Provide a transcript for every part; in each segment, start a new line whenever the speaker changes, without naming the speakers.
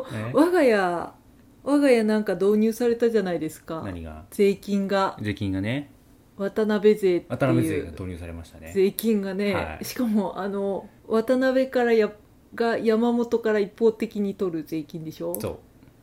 が家我が家なんか導入されたじゃないですか
何が
税金が
税金がね
渡辺税って
渡辺
い
税が
う
導入されましたね
税金がね、
はい
しかもあの渡辺からやが山本から一方的に取る税金でしょ
そ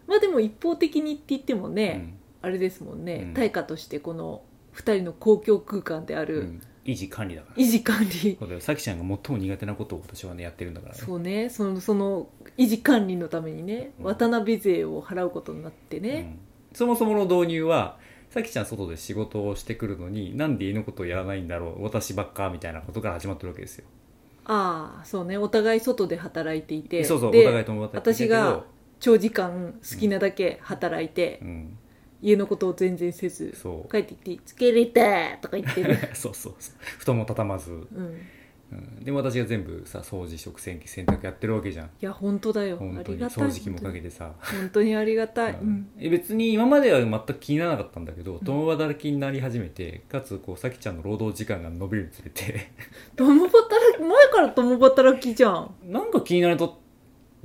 まあでも一方的にって言っても
う、う
ね、
ん
あれですもんね、
うん
対価としてこの2人の公共空間であ
う
る
ん、維持管理だから
維持管理、
そうだよさきちゃんが最も苦手なことを私はねやってるんだからね
そうねそのその維持管理のためにね、
うん
渡辺税を払うことになって
う
ね、
んそもそもの導入はさきちゃん外で仕事をしてくるのになんで家のことをやらないんだろう私ばっかみたいなことから始まってるわけですよ
ああそうねお互い外で働いていて
そうそうお
で
互い友達
私
だけど
が長時間好きなだけ働いて、
うん
家のことを全然せず
そう
帰ってきて「疲れた!」とか言ってる、
そうそうそう布団も畳まず、
うん、
うん、でも私が全部さ掃除食洗機洗濯やってるわけじゃん
いや本当だよ
本
あり
当に
がたい
掃除機もかけてさ
本当にありがたい、う
うんん、え別に今までは全く気にならなかったんだけど共働きになり始めてかつこうさきちゃんの労働時間が伸びるにつれて
共働き前から共働きじゃん
なんか気になると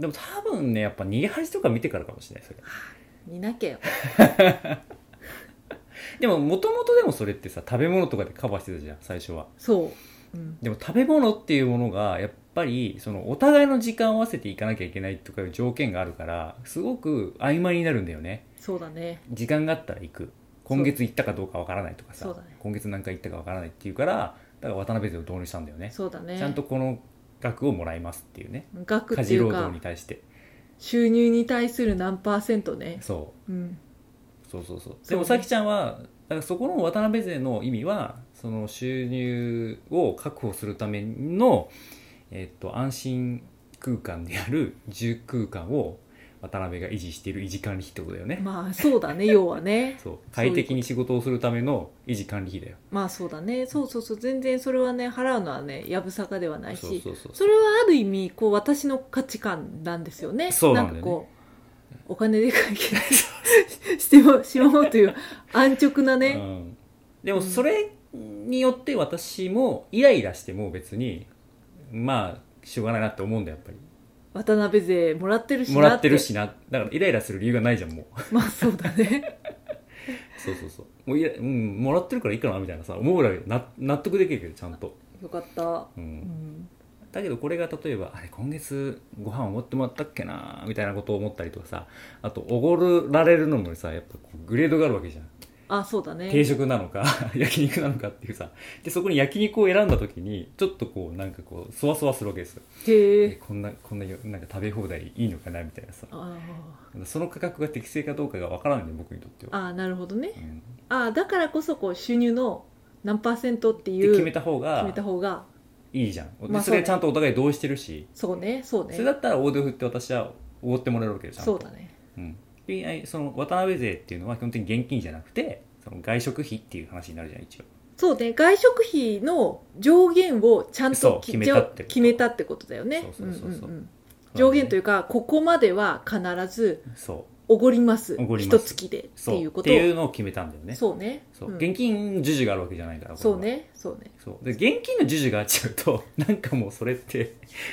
でも多分ねやっぱ逃げ恥とか見てからかもしれないそれ
見なきゃよ
でももともとでもそれってさ食べ物とかでカバーしてたじゃん最初は
そう、うん、
でも食べ物っていうものがやっぱりそのお互いの時間を合わせていかなきゃいけないとかいう条件があるからすごく曖昧になるんだよね
そうだね
時間があったら行く今月行ったかどうかわからないとかさ、
そうだね
今月何回行ったかわからないっていうからだから渡辺税を導入したんだよね
そうだね
ちゃんとこの額をもらいますっていうね
額
家
ってい
事
う
労働
か
に対して
収入に対する何パーセントね、
そ
うん、
うそうそうそ
そ
う
う
でもさきちゃんはだからそこの渡辺税の意味はその収入を確保するための、えっと安心空間である住空間を渡辺が維持している維持管理費ってことだよね、
まあそうだね要はね
そう快適に仕事をするための維持管理費だよ
まあそうだねそうそうそう全然それはね払うのはねやぶさかではないし
そうそうそう
それはある意味こう私の価値観なんですよね
そうなんだよね
かこうお金で解決しても しようという安直な
う
ね、
ん、でもそれによって私もイライラしても別にまあしょうがないなって思うんだよやっぱり
渡辺税もらってるしな
もらってるしなだからイライラする理由がないじゃんもう
まあそうだね
そうそうそうもういや、うん、もらってるからいいかなみたいなさ思うぐらいな納得できるけどちゃんと、
よかった、
う、
うんん、
だけどこれが例えばあれ今月ご飯おごってもらったっけなみたいなことを思ったりとかさあとおごられるのもさやっぱこうグレードがあるわけじゃん
あそうだ
定
ね
食なのか 焼肉なのかっていうさでそこに焼肉を選んだ時にちょっとこうなんかこうそわそわするわけですよ
へ
え
え
こんなこんなよなんか食べ放題いいのかなみたいなさ
あ
その価格が適正かどうかがわからないんで僕にとって
ー
は、
あーなるほどね
うん、
ああだからこそこう収入の何パーセントってい
で
う
決めた方
決
が
めた方が
いいじゃん、で
まあ
それちゃんとお互い同意してるし
そうねそうね
それだったら大手を振って私はおごってもらえるわけじゃん
そうだね
うん、であいその渡辺税っていうのは基本的に現金じゃなくてその外食費っていう話になるじゃん一応
そうね外食費の上限をちゃん
そ
と
う
き
決めたってこと
決めたってことだよね
そうそうそうそうん
んん上限というかここまでは必ず
そ
おごります
おごり
一
ます
月でっ
うそう
ていうこと
っていうのを決めたんだよね
そうね
そう、
うん
現金授受があるわけじゃないからこれは
そうねそうね
そうで現金の授受があっちゃうと なんかもうそれって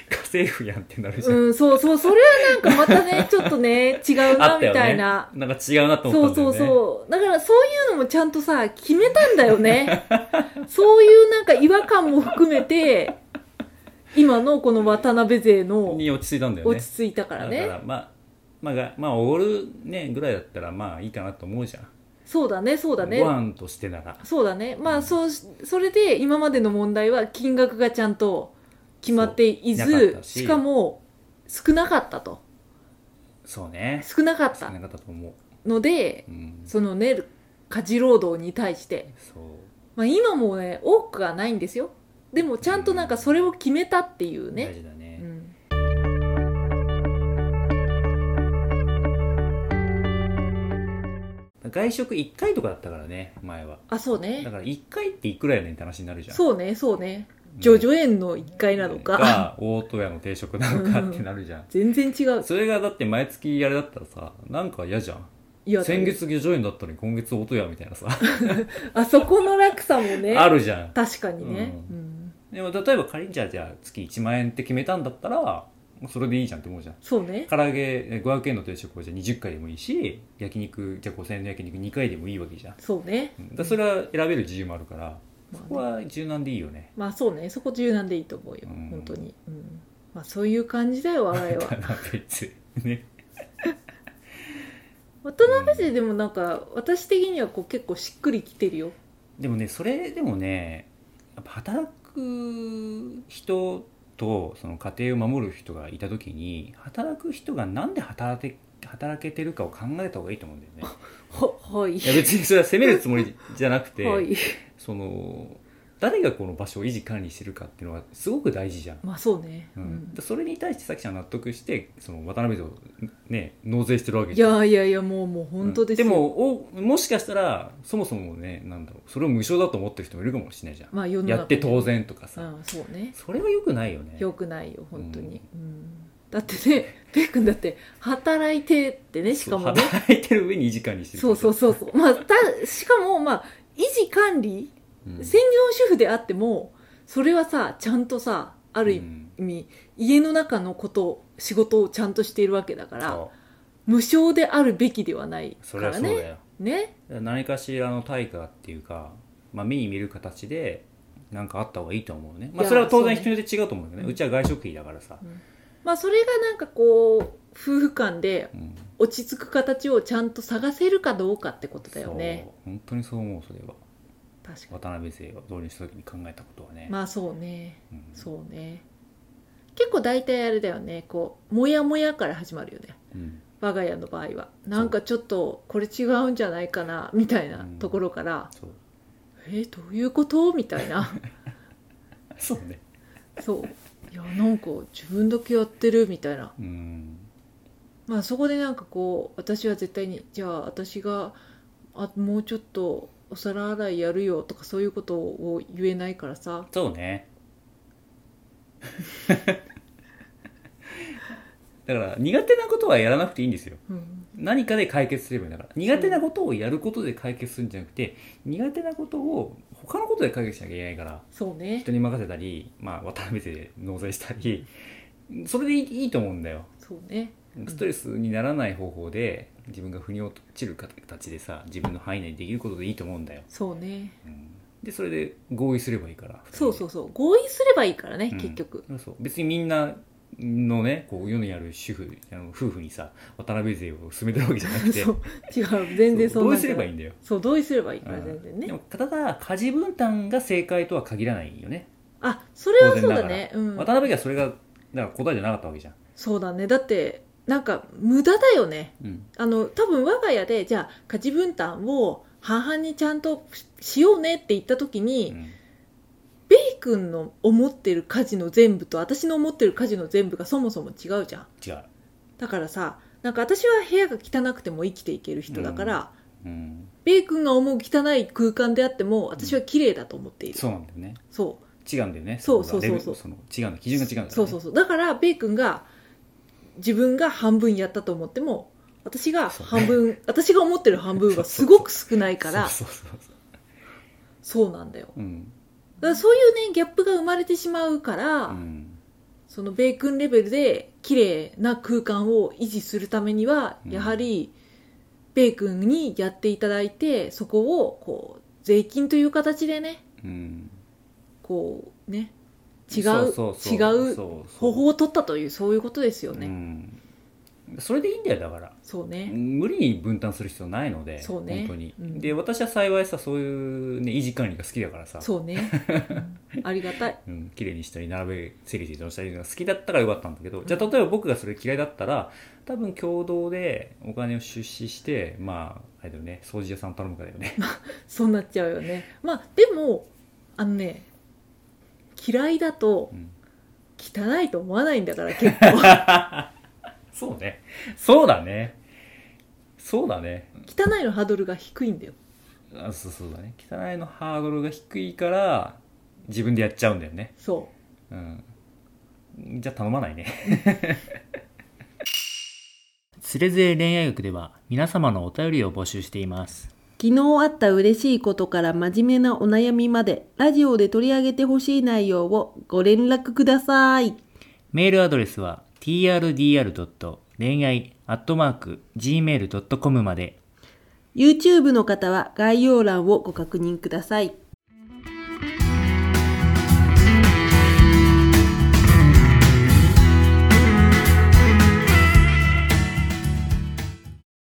家政婦やんってなるじゃん、
うんそうそうそれはなんかまた ねちょっとね違う
あ
な
っ
み
たよ
た
ね
いな
なんか違うなと
そ
思
う
ったんだ
そう
よね
そうだからそういうのもちゃんとさ決めたんだよ ねそういうなんか違和感も含めて今のこの渡辺勢の
に 落ち着いたんだよね
落ち着いたからね
だからまあまあがまあおごるねぐらいだったらまあいいかなと思うじゃん
そうだねそうだね
ご飯としてなら
そうだねま
う
あ
ん
そうしそれで今までの問題は金額がちゃんと決まってい
そうな
ず
かったし
しかも少なかったと
そうね
少なかっ
少
た
なかったと思う
ので
うん
そのね家事労働に対して、
そう
まあ、今もね多くはないんですよでもちゃんとなんかそれを決めたっていう
大
ね、
事だね、
うん、
外食1回とかだったからね前は
あそう
だ
ね
から1回っていくらやねんって話になるじゃん
そうねそうね
うん
叙々苑の1階なのか、
が大戸屋の定食なのかってなるじゃん、
全然違う
それがだって毎月あれだったらさなんか嫌じゃん
いや
先月叙々苑だったのに今月大戸屋みたいなさ
あそこの落差もね
あるじゃん
確かにね、
う
うん
でも例えば仮にじゃあじゃあ月1万円って決めたんだったらそれでいいじゃんって思うじゃん
そうね
唐揚げえー500円の定食をじゃあ20回でもいいし焼肉じゃあ5000円の焼肉2回でもいいわけじゃん
そうね
うんだからそれは選べる自由もあるから
まあね
そこは柔軟でいいよね
まあそうねそこ柔軟でいいと思うよ、
うん
本当に、うん、まあそういう感じだよ我々は
カナベゼね
渡辺勢でもなんか私的にはこう結構しっくりきてるよ
でもねそれでもねやっぱ働く人とその家庭を守る人がいた時に働く人がなんで働け働けてるかを考えた方がいいと思うんだよね
ははい
いや別にそれは責めるつもりじゃなく て、
はい
その誰がこの場所を維持管理してるかっていうのはすごく大事じゃん
まあそうね、
う
うんん
それに対してさきちゃんは納得してその渡辺像ね納税してるわけ
い
じゃん
やいやいやもうもう本当ですよ、
うんでもおもしかしたらそもそもねなんだろうそれを無償だと思ってる人もいるかもしれないじゃん、
まあ世の中
やって当然とかさ、
うんそうね
それはよくないよね
よくないよ本当に、うんだってねペイ君だって働いてってねしかもね
そう働いてる上に維持管理してる
そうそう
そ
そうそうまあたしかもまあ維持管理
うん、
専業主婦であってもそれはさちゃんとさある意
うん
味、家の中のこと仕事をちゃんとしているわけだから
そ
無償であるべきではないう
そ
か
れは
ら
そうだよ、
ねね
何かしらの対価っていうか、まあ、目に見る形で何かあった方がいいと思うね、ま
い
あ、
や
それは当然
そう
人によって違うと思うけどね
うん
うちは外食費だからさ、
まあそれがなんかこう夫婦間で
うん、
落ち着く形をちゃんと探せるかどうかってことだよね
そう本当にそう思うそれは
確か
渡辺勢を導入した時に考えたことはね、
にまあそうね
うん
そうね結構大体あれだよねこうモヤモヤから始まるよね
うん
我が家の場合はなんかちょっとこれ違うんじゃないかなみたいなところから
そう
「えーどういうこと?」みたい な
そうね
そういやなんか自分だけやってるみたいな
うん
まあそこでなんかこう私は絶対にじゃあ私があもうちょっとお皿洗いやるよとかそういうことを言えないからさ
そうねだから苦手なことはやらなくていいんですよ
うん
何かで解決すればいいんだから苦手なことをやることで解決するんじゃなくて苦手なことを他のことで解決しなきゃいけないから
そうね
人に任せたり、まあ、渡辺勢で納税したりそれでいいいいと思うんだよ
そうね
ストレスにならない方法で自分が腑に落ちる形でさ自分の範囲内にできることでいいと思うんだよ、
そうね
うんでそれで合意すればいいから
そうそううそう合意すればいいからね、
うん
結局
そう別にみんなのねこう世にある主婦あの夫婦にさ渡辺勢を勧めてるわけじゃなく て
そう違う全然そん
う
なん
合意す
じ
れ
ゃな
ば
い
いいんだよ、
そう同意すればいいから
うん
全然
で
ね
もただ家事分担が正解とは限らないよね、
あそれはそうだねうん
渡辺家はそれがだから答えじゃなかったわけじゃん、
そうだねだってなんか無駄だよね
うん
あの多分我が家でじゃあ家事分担を半々にちゃんとししようねって言った時に、
うん
ベイ君の思ってる家事の全部と私の思ってる家事の全部がそもそも違うじゃん
違う、
だからさなんか私は部屋が汚くても生きていける人だから、
うん、
ベイ君が思う汚い空間であっても私は綺麗だと思っている、
そうなんだよね
そう
違うんだよね
そう
こが
そうそう
レベルの違うんだ基準が違うんだよね
そうそうそうだからベイ君が自分が半分やったと思っても私が
そう
半分、私が思ってる半分がすごく少ないから
そうそうそうそう
そうなんだよ
うん
だからそういうねギャップが生まれてしまうから、
うん
そのベイ君レベルで綺麗な空間を維持するためには
うん
やはりベイ君にやっていただいてそこをこう税金という形でね
うん
こうね違う
そそ
違う
そうそう
方法を取ったというそういうことですよね、
うんそれでいいんだよだから
そうね、
無理に分担する必要ないので
そうね
本当に、
うん
で私は幸いさそういう、ね、維持管理が好きだからさ
そう ね、うんありがたい
うん綺麗にしたり並べ整理整頓したりが好きだったからよかったんだけどじゃあ例えば僕がそれ嫌いだったら多分共同でお金を出資してまああれだよね掃除屋さんを頼むかだよ ね
そうなっちゃうよねまあでもあのね嫌いだと
うん
汚いと思わないんだから結構
そうねそうだねそうだね
汚いのハードルが低いんだよ
あそうそうだね汚いのハードルが低いから自分でやっちゃうんだよね
そ
うんじゃあ頼まないね つれづれ恋愛学では皆様のお便りを募集しています
う昨日あった嬉しいことから真面目なお悩みまでラジオで取り上げてほしい内容をご連絡ください
メールアドレスは trdr. 恋愛 .gmail.com まで
YouTube の方は概要欄をご確認ください。